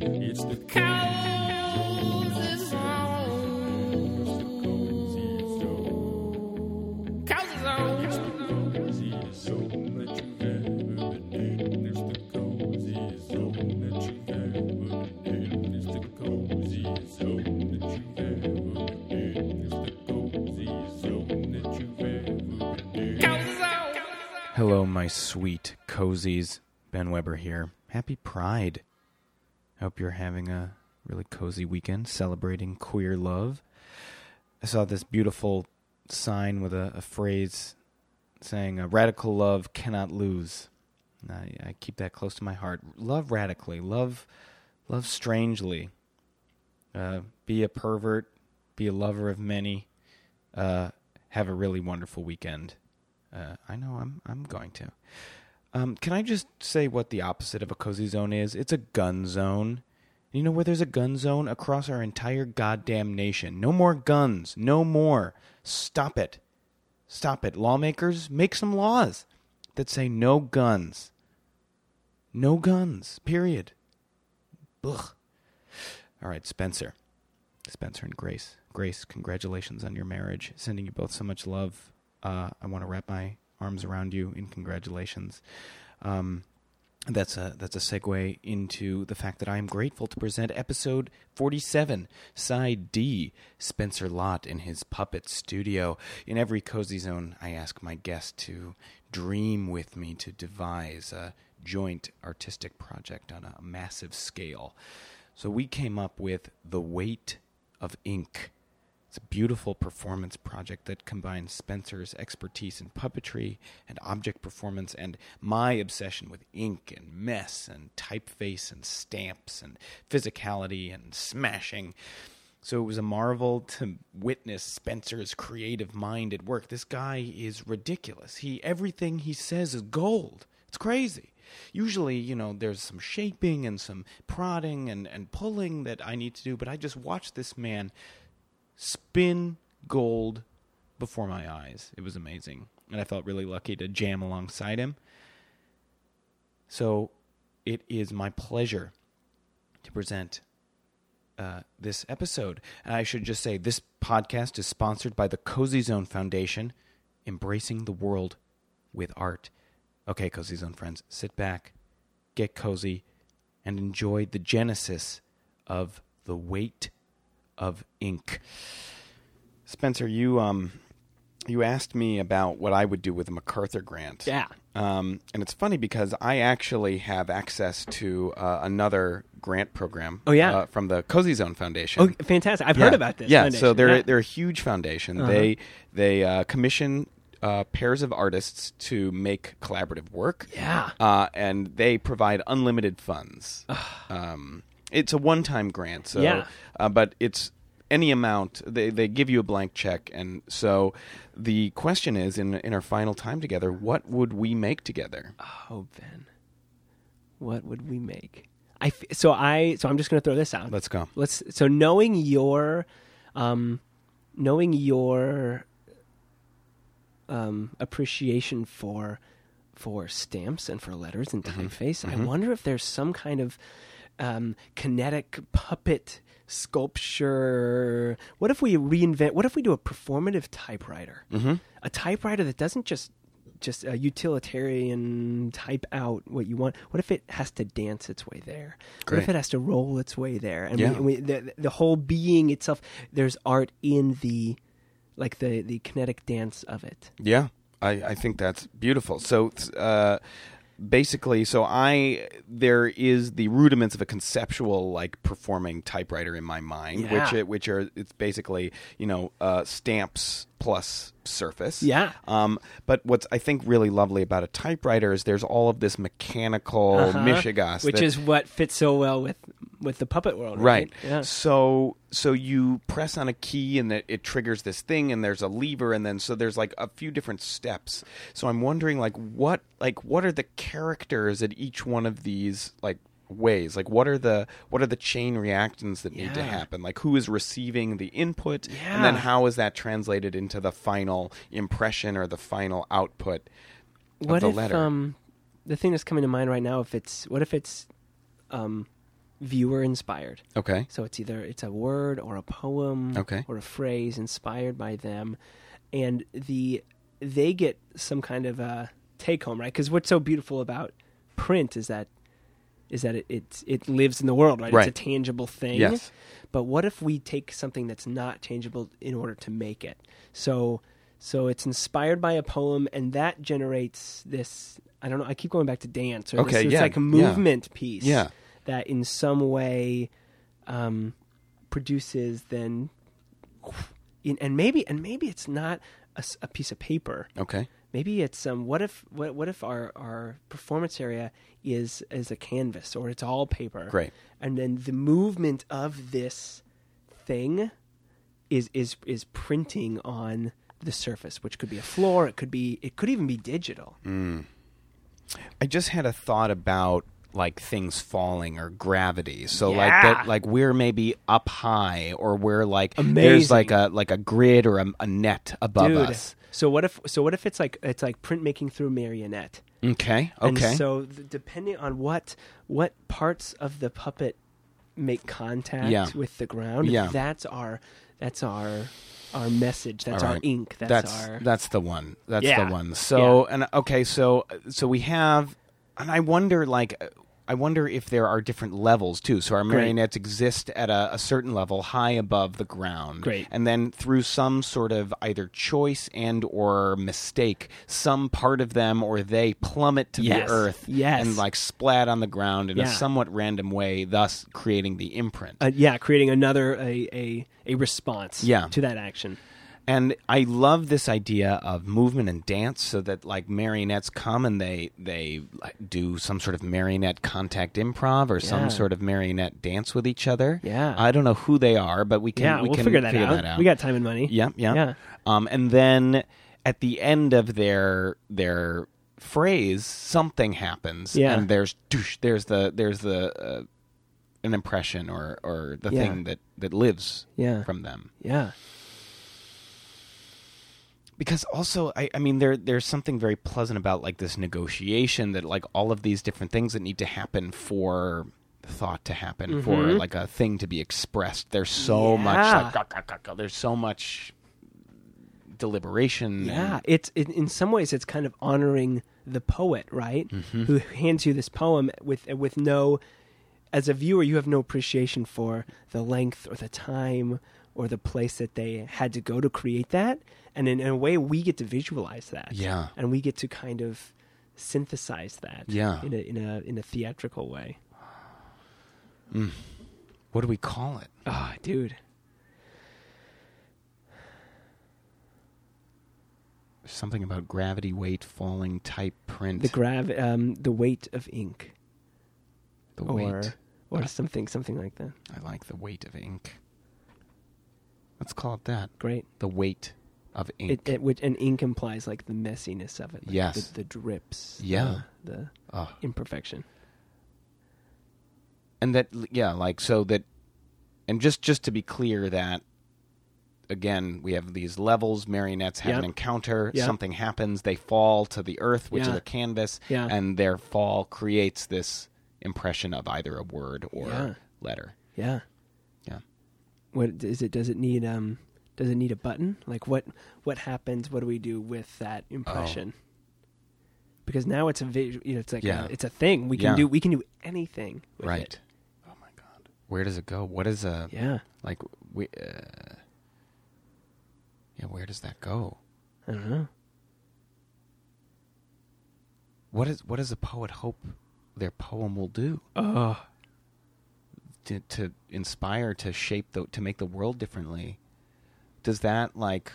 It's the cows is home. Cows is home. Coziest home that you've ever been in. It's the coziest home that you've ever been in. It's the coziest home that you've ever been in. It's the coziest home that you've ever been in. Cows is home. Hello, my sweet cozies. Ben Weber here. Happy Pride. Hope you're having a really cozy weekend celebrating queer love. I saw this beautiful sign with a, a phrase saying, "A Radical love cannot lose. And I, I keep that close to my heart. Love radically, love, love strangely. Uh, be a pervert, be a lover of many. Uh, have a really wonderful weekend. Uh, I know I'm I'm going to. Um, can I just say what the opposite of a cozy zone is? It's a gun zone. You know where there's a gun zone across our entire goddamn nation. No more guns. No more. Stop it. Stop it. Lawmakers, make some laws that say no guns. No guns. Period. Ugh. All right, Spencer. Spencer and Grace. Grace, congratulations on your marriage. Sending you both so much love. Uh, I want to wrap my arms around you in congratulations. Um, that's a that's a segue into the fact that I am grateful to present episode 47, side D, Spencer Lott in his puppet studio. In every cozy zone, I ask my guest to dream with me to devise a joint artistic project on a massive scale. So we came up with the weight of ink. It's a beautiful performance project that combines Spencer's expertise in puppetry and object performance and my obsession with ink and mess and typeface and stamps and physicality and smashing. So it was a marvel to witness Spencer's creative mind at work. This guy is ridiculous. He everything he says is gold. It's crazy. Usually, you know, there's some shaping and some prodding and, and pulling that I need to do, but I just watched this man spin gold before my eyes. It was amazing. And I felt really lucky to jam alongside him. So it is my pleasure to present uh, this episode. And I should just say this podcast is sponsored by the Cozy Zone Foundation, embracing the world with art. Okay, Cozy Zone friends, sit back, get cozy, and enjoy the genesis of the weight of ink. Spencer, you um, you asked me about what I would do with a MacArthur grant. Yeah. Um, and it's funny because I actually have access to uh, another grant program. Oh, yeah. uh, from the Cozy Zone Foundation. Oh, fantastic! I've heard Yeah. about this. Yeah, so foundation. they're Yeah. Uh-huh. they're a huge foundation. They they uh, commission uh, pairs of artists to make collaborative work. Yeah. uh, and they provide unlimited funds. um, it's a one time grant, so Yeah. uh, but it's any amount they, they give you a blank check and so the question is in in our final time together what would we make together Oh Ben, what would we make? I f- so I so I'm just going to throw this out. Let's go. Let's so knowing your, um, knowing your, um, appreciation for, for stamps and for letters and typeface. I wonder if there's some kind of, um, kinetic puppet sculpture. What if we reinvent? What if we do a performative typewriter? Mm-hmm. A typewriter that doesn't just just a utilitarian type out what you want. What if it has to dance its way there? What if Great. it has to roll its way there? And, Yeah. we, and we, the, the whole being itself, there's art in the like the the kinetic dance of it. Yeah, I, I think that's beautiful. So uh, basically, so I there is the rudiments of a conceptual like performing typewriter in my mind, Yeah. which it, which are it's basically you know uh, stamps plus surface. Yeah. Um, but what's I think really lovely about a typewriter is there's all of this mechanical mishigas, Uh-huh. which that- is what fits so well with with the puppet world, Right. right? Yeah. So so you press on a key and it, it triggers this thing and there's a lever and then so there's like a few different steps. So I'm wondering like what like what are the characters at each one of these like ways? Like what are the what are the chain reactions that need to Yeah. happen? Like who is receiving the input and then Yeah. how is that translated into the final impression or the final output of what the if letter? um the thing that's coming to mind right now if it's what if it's um viewer inspired. Okay. So it's either it's a word or a poem Okay. or a phrase inspired by them, and the they get some kind of a take home right because what's so beautiful about print is that is that it it, it lives in the world right? Right. it's a tangible thing Yes. but what if we take something that's not tangible in order to make it so so it's inspired by a poem and that generates this i don't know i keep going back to dance or Okay, this, yeah, it's like a yeah. movement piece Yeah. that in some way um, produces then in, and maybe and maybe it's not a, s- a piece of paper Okay. maybe it's um what if what, what if our our performance area is is a canvas or it's all paper Great. and then the movement of this thing is is is printing on the surface which could be a floor it could be it could even be digital I just had a thought about like things falling or gravity. So like Yeah. that like we're maybe up high or we're like there's Amazing. like a like a grid or a, a net above dude us. so what if so what if it's like it's like printmaking through marionette Okay. And Okay. so th- depending on what what parts of the puppet make contact Yeah. with the ground, Yeah. that's our that's our our message. That's All our right. ink. That's, that's our that's the one. That's Yeah. the one. So and okay, so so we have, and I wonder like. uh, I wonder if there are different levels too. So our marionettes exist at a, a certain level, high above the ground, Great. and then through some sort of either choice and or mistake, some part of them or they plummet to Yes. the earth, Yes. and like splat on the ground in Yeah. a somewhat random way, thus creating the imprint. uh, yeah, creating another a a, a response Yeah. to that action. and I love this idea of movement and dance, so that like marionettes come and they they like, do some sort of marionette contact improv or Yeah. some sort of marionette dance with each other. Yeah. I don't know who they are, but we can yeah, we we'll can figure, that, out. We got time and money. yeah, yeah, Yeah. Um, and then at the end of their their phrase, something happens. Yeah. and there's doosh, there's the there's the uh, an impression or or the Yeah. thing that that lives Yeah. from them Yeah. because also I, I mean there there's something very pleasant about like this negotiation that like all of these different things that need to happen for thought to happen for like a thing to be expressed there's so much Mm-hmm. Yeah. like gah, gah, gah, gah. there's so much deliberation Yeah, and, it's it, in some ways it's kind of honoring the poet, right? Mm-hmm. Who hands you this poem with with no, as a viewer, you have no appreciation for the length or the time or the place that they had to go to create that, and in, in a way, we get to visualize that. Yeah. and we get to kind of synthesize that. Yeah. in a in a in a theatrical way. what do we call it Oh, dude. There's something about gravity weight falling type print The grav, um, the weight of ink, The or weight or something, something like that. i like the weight of ink let's call it that Great. the weight of ink It, it, which, and ink implies like the messiness of it. like, Yes. The, the drips. Yeah. The, the Ugh. imperfection. and that yeah like so that and just just to be clear that again we have these levels marionettes have an Yep. encounter Yep. something happens they fall to the earth which Yeah. is a canvas Yeah. and their fall creates this impression of either a word or Yeah. letter Yeah. yeah What is it? Does it need um? Does it need a button? Like what? What happens? What do we do with that Oh. impression? Because now it's a visual. You know, it's like Yeah. a, it's a thing we can Yeah. do. We can do anything. With right It. oh my god where does it go what is a Yeah. like we uh, yeah where does that go I don't know. what is what does a poet hope their poem will do Oh. to, to inspire to shape the to make the world differently does that like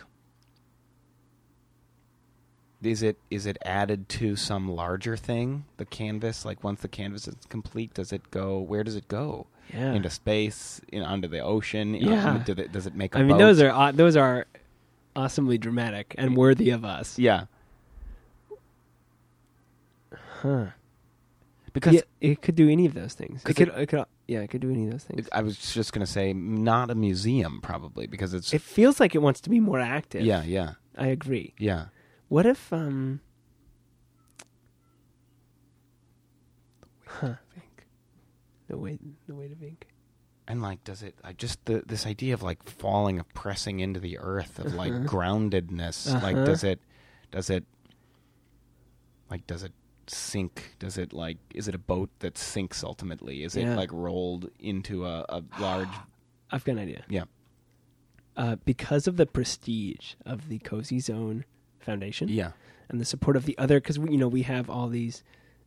is it is it added to some larger thing the canvas like once the canvas is complete does it go where does it go Yeah. into space in, onto the ocean Yeah. does, it, does it make a I mean, boat? those are aw- those are awesomely dramatic and worthy of us. yeah Huh. because Yeah, it could do any of those things. It 'Cause could, it- it could, yeah, it could do any of those things. it- i was just going to say not a museum probably because it's It feels like it wants to be more active. yeah yeah I agree. yeah What if um I think the way the weight of ink. And like, does it? I just the this idea of like falling, of pressing into the earth, of like groundedness. Like, Uh-huh. does it? Does it? Like, does it sink? Does it like? Is it a boat that sinks ultimately? Is Yeah. it like rolled into a, a large? I've got an idea. yeah. Uh, because of the prestige of the Cozy Zone Foundation, Yeah. and the support of the other, because you know we have all these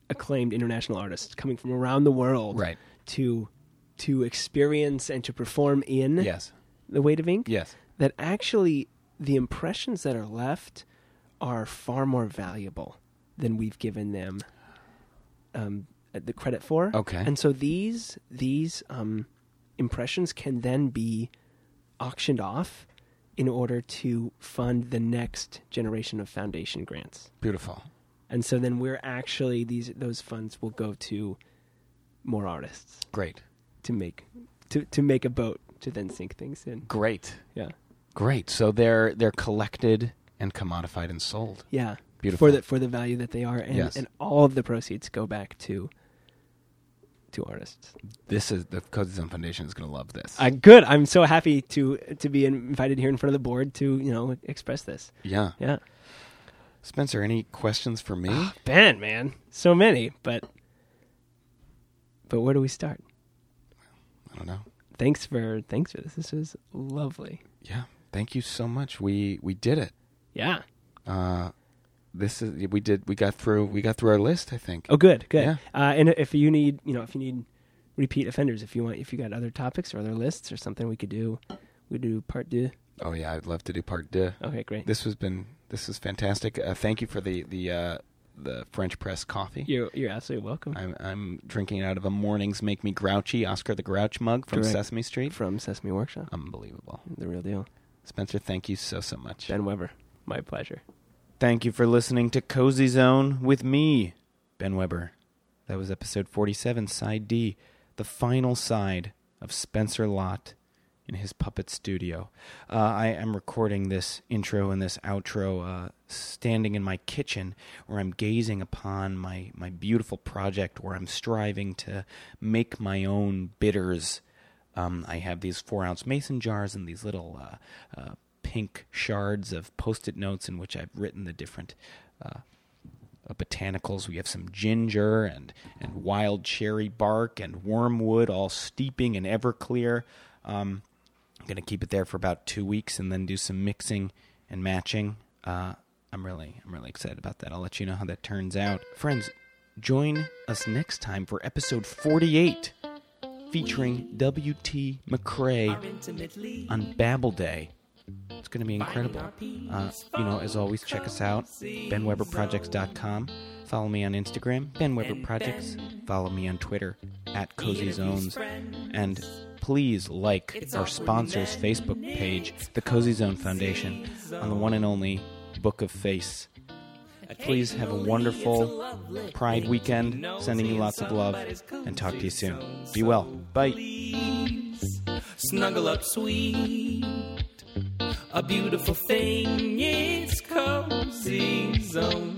acclaimed international artists coming from around the world, Right. To to experience and to perform in Yes. the weight of ink. Yes. that actually the impressions that are left are far more valuable than we've given them um, the credit for. Okay. and so these these um, impressions can then be auctioned off in order to fund the next generation of foundation grants. Beautiful. And so then we're actually these those funds will go to more artists Great. to make to, to make a boat to then sink things in. Great. Yeah. Great. So they're they're collected and commodified and sold. Yeah. Beautiful. For the for the value that they are and, Yes. and all of the proceeds go back to to artists. This is the Cozy Zone Foundation is going to love this. I good. I'm so happy to to be invited here in front of the board to, you know, express this. yeah. Yeah. Spencer, any questions for me? Ben, man. So many, but but where do we start? I don't know. Thanks for thanks for this. This is lovely. Yeah. Thank you so much. We we did it. Yeah. Uh this is we did we got through we got through our list, I think. Oh, good, good. Yeah. Uh, and if you need, you know, if you need repeat offenders, if you want, if you got other topics or other lists or something, we could do. We do part two. Oh yeah, I'd love to do part two. Okay, great. This has been this is fantastic. Uh, thank you for the the uh the French press coffee. You're you're absolutely welcome. I'm I'm drinking out of a mornings make me grouchy Oscar the Grouch mug from Correct. Sesame Street. from Sesame Workshop. Unbelievable. The real deal. Spencer, thank you so so much. Ben Weber. My pleasure. Thank you for listening to Cozy Zone with me, Ben Weber. That was episode 47, side D, the final side of Spencer Lott in his puppet studio. Uh, I am recording this intro and this outro uh, standing in my kitchen where I'm gazing upon my, my beautiful project where I'm striving to make my own bitters. Um, I have these four ounce mason jars and these little uh, uh, pink shards of post-it notes in which I've written the different uh, uh, botanicals. We have some ginger and and wild cherry bark and wormwood, all steeping in Everclear. Um, I'm gonna keep it there for about two weeks and then do some mixing and matching. Uh, I'm really I'm really excited about that. I'll let you know how that turns out, friends. Join us next time for episode 48 featuring W.T. McCrae intimately on Babel Day. It's going to be incredible. Uh, you know, as always, check us out, benweberprojects.com. Follow me on Instagram, benweberprojects. Follow me on Twitter, at Cozy Zones. And please like our sponsor's Facebook page, the Cozy Zone Foundation, on the one and only Book of Face. Please have a wonderful Pride weekend. Sending you lots of love and talk to you soon. Be well. Bye. please snuggle up sweet a beautiful thing it's cozy zone